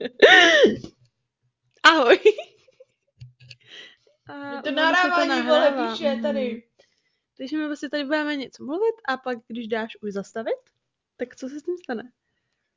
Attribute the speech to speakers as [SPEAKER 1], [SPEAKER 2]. [SPEAKER 1] Ahoj.
[SPEAKER 2] Mě
[SPEAKER 1] A
[SPEAKER 2] No to
[SPEAKER 1] ono se
[SPEAKER 2] nahrávání, vole,
[SPEAKER 1] nahrává.
[SPEAKER 2] píše
[SPEAKER 1] Mm.
[SPEAKER 2] tady.
[SPEAKER 1] Takže my vlastně tady budeme něco mluvit a pak, když dáš už zastavit, tak co se s tím stane?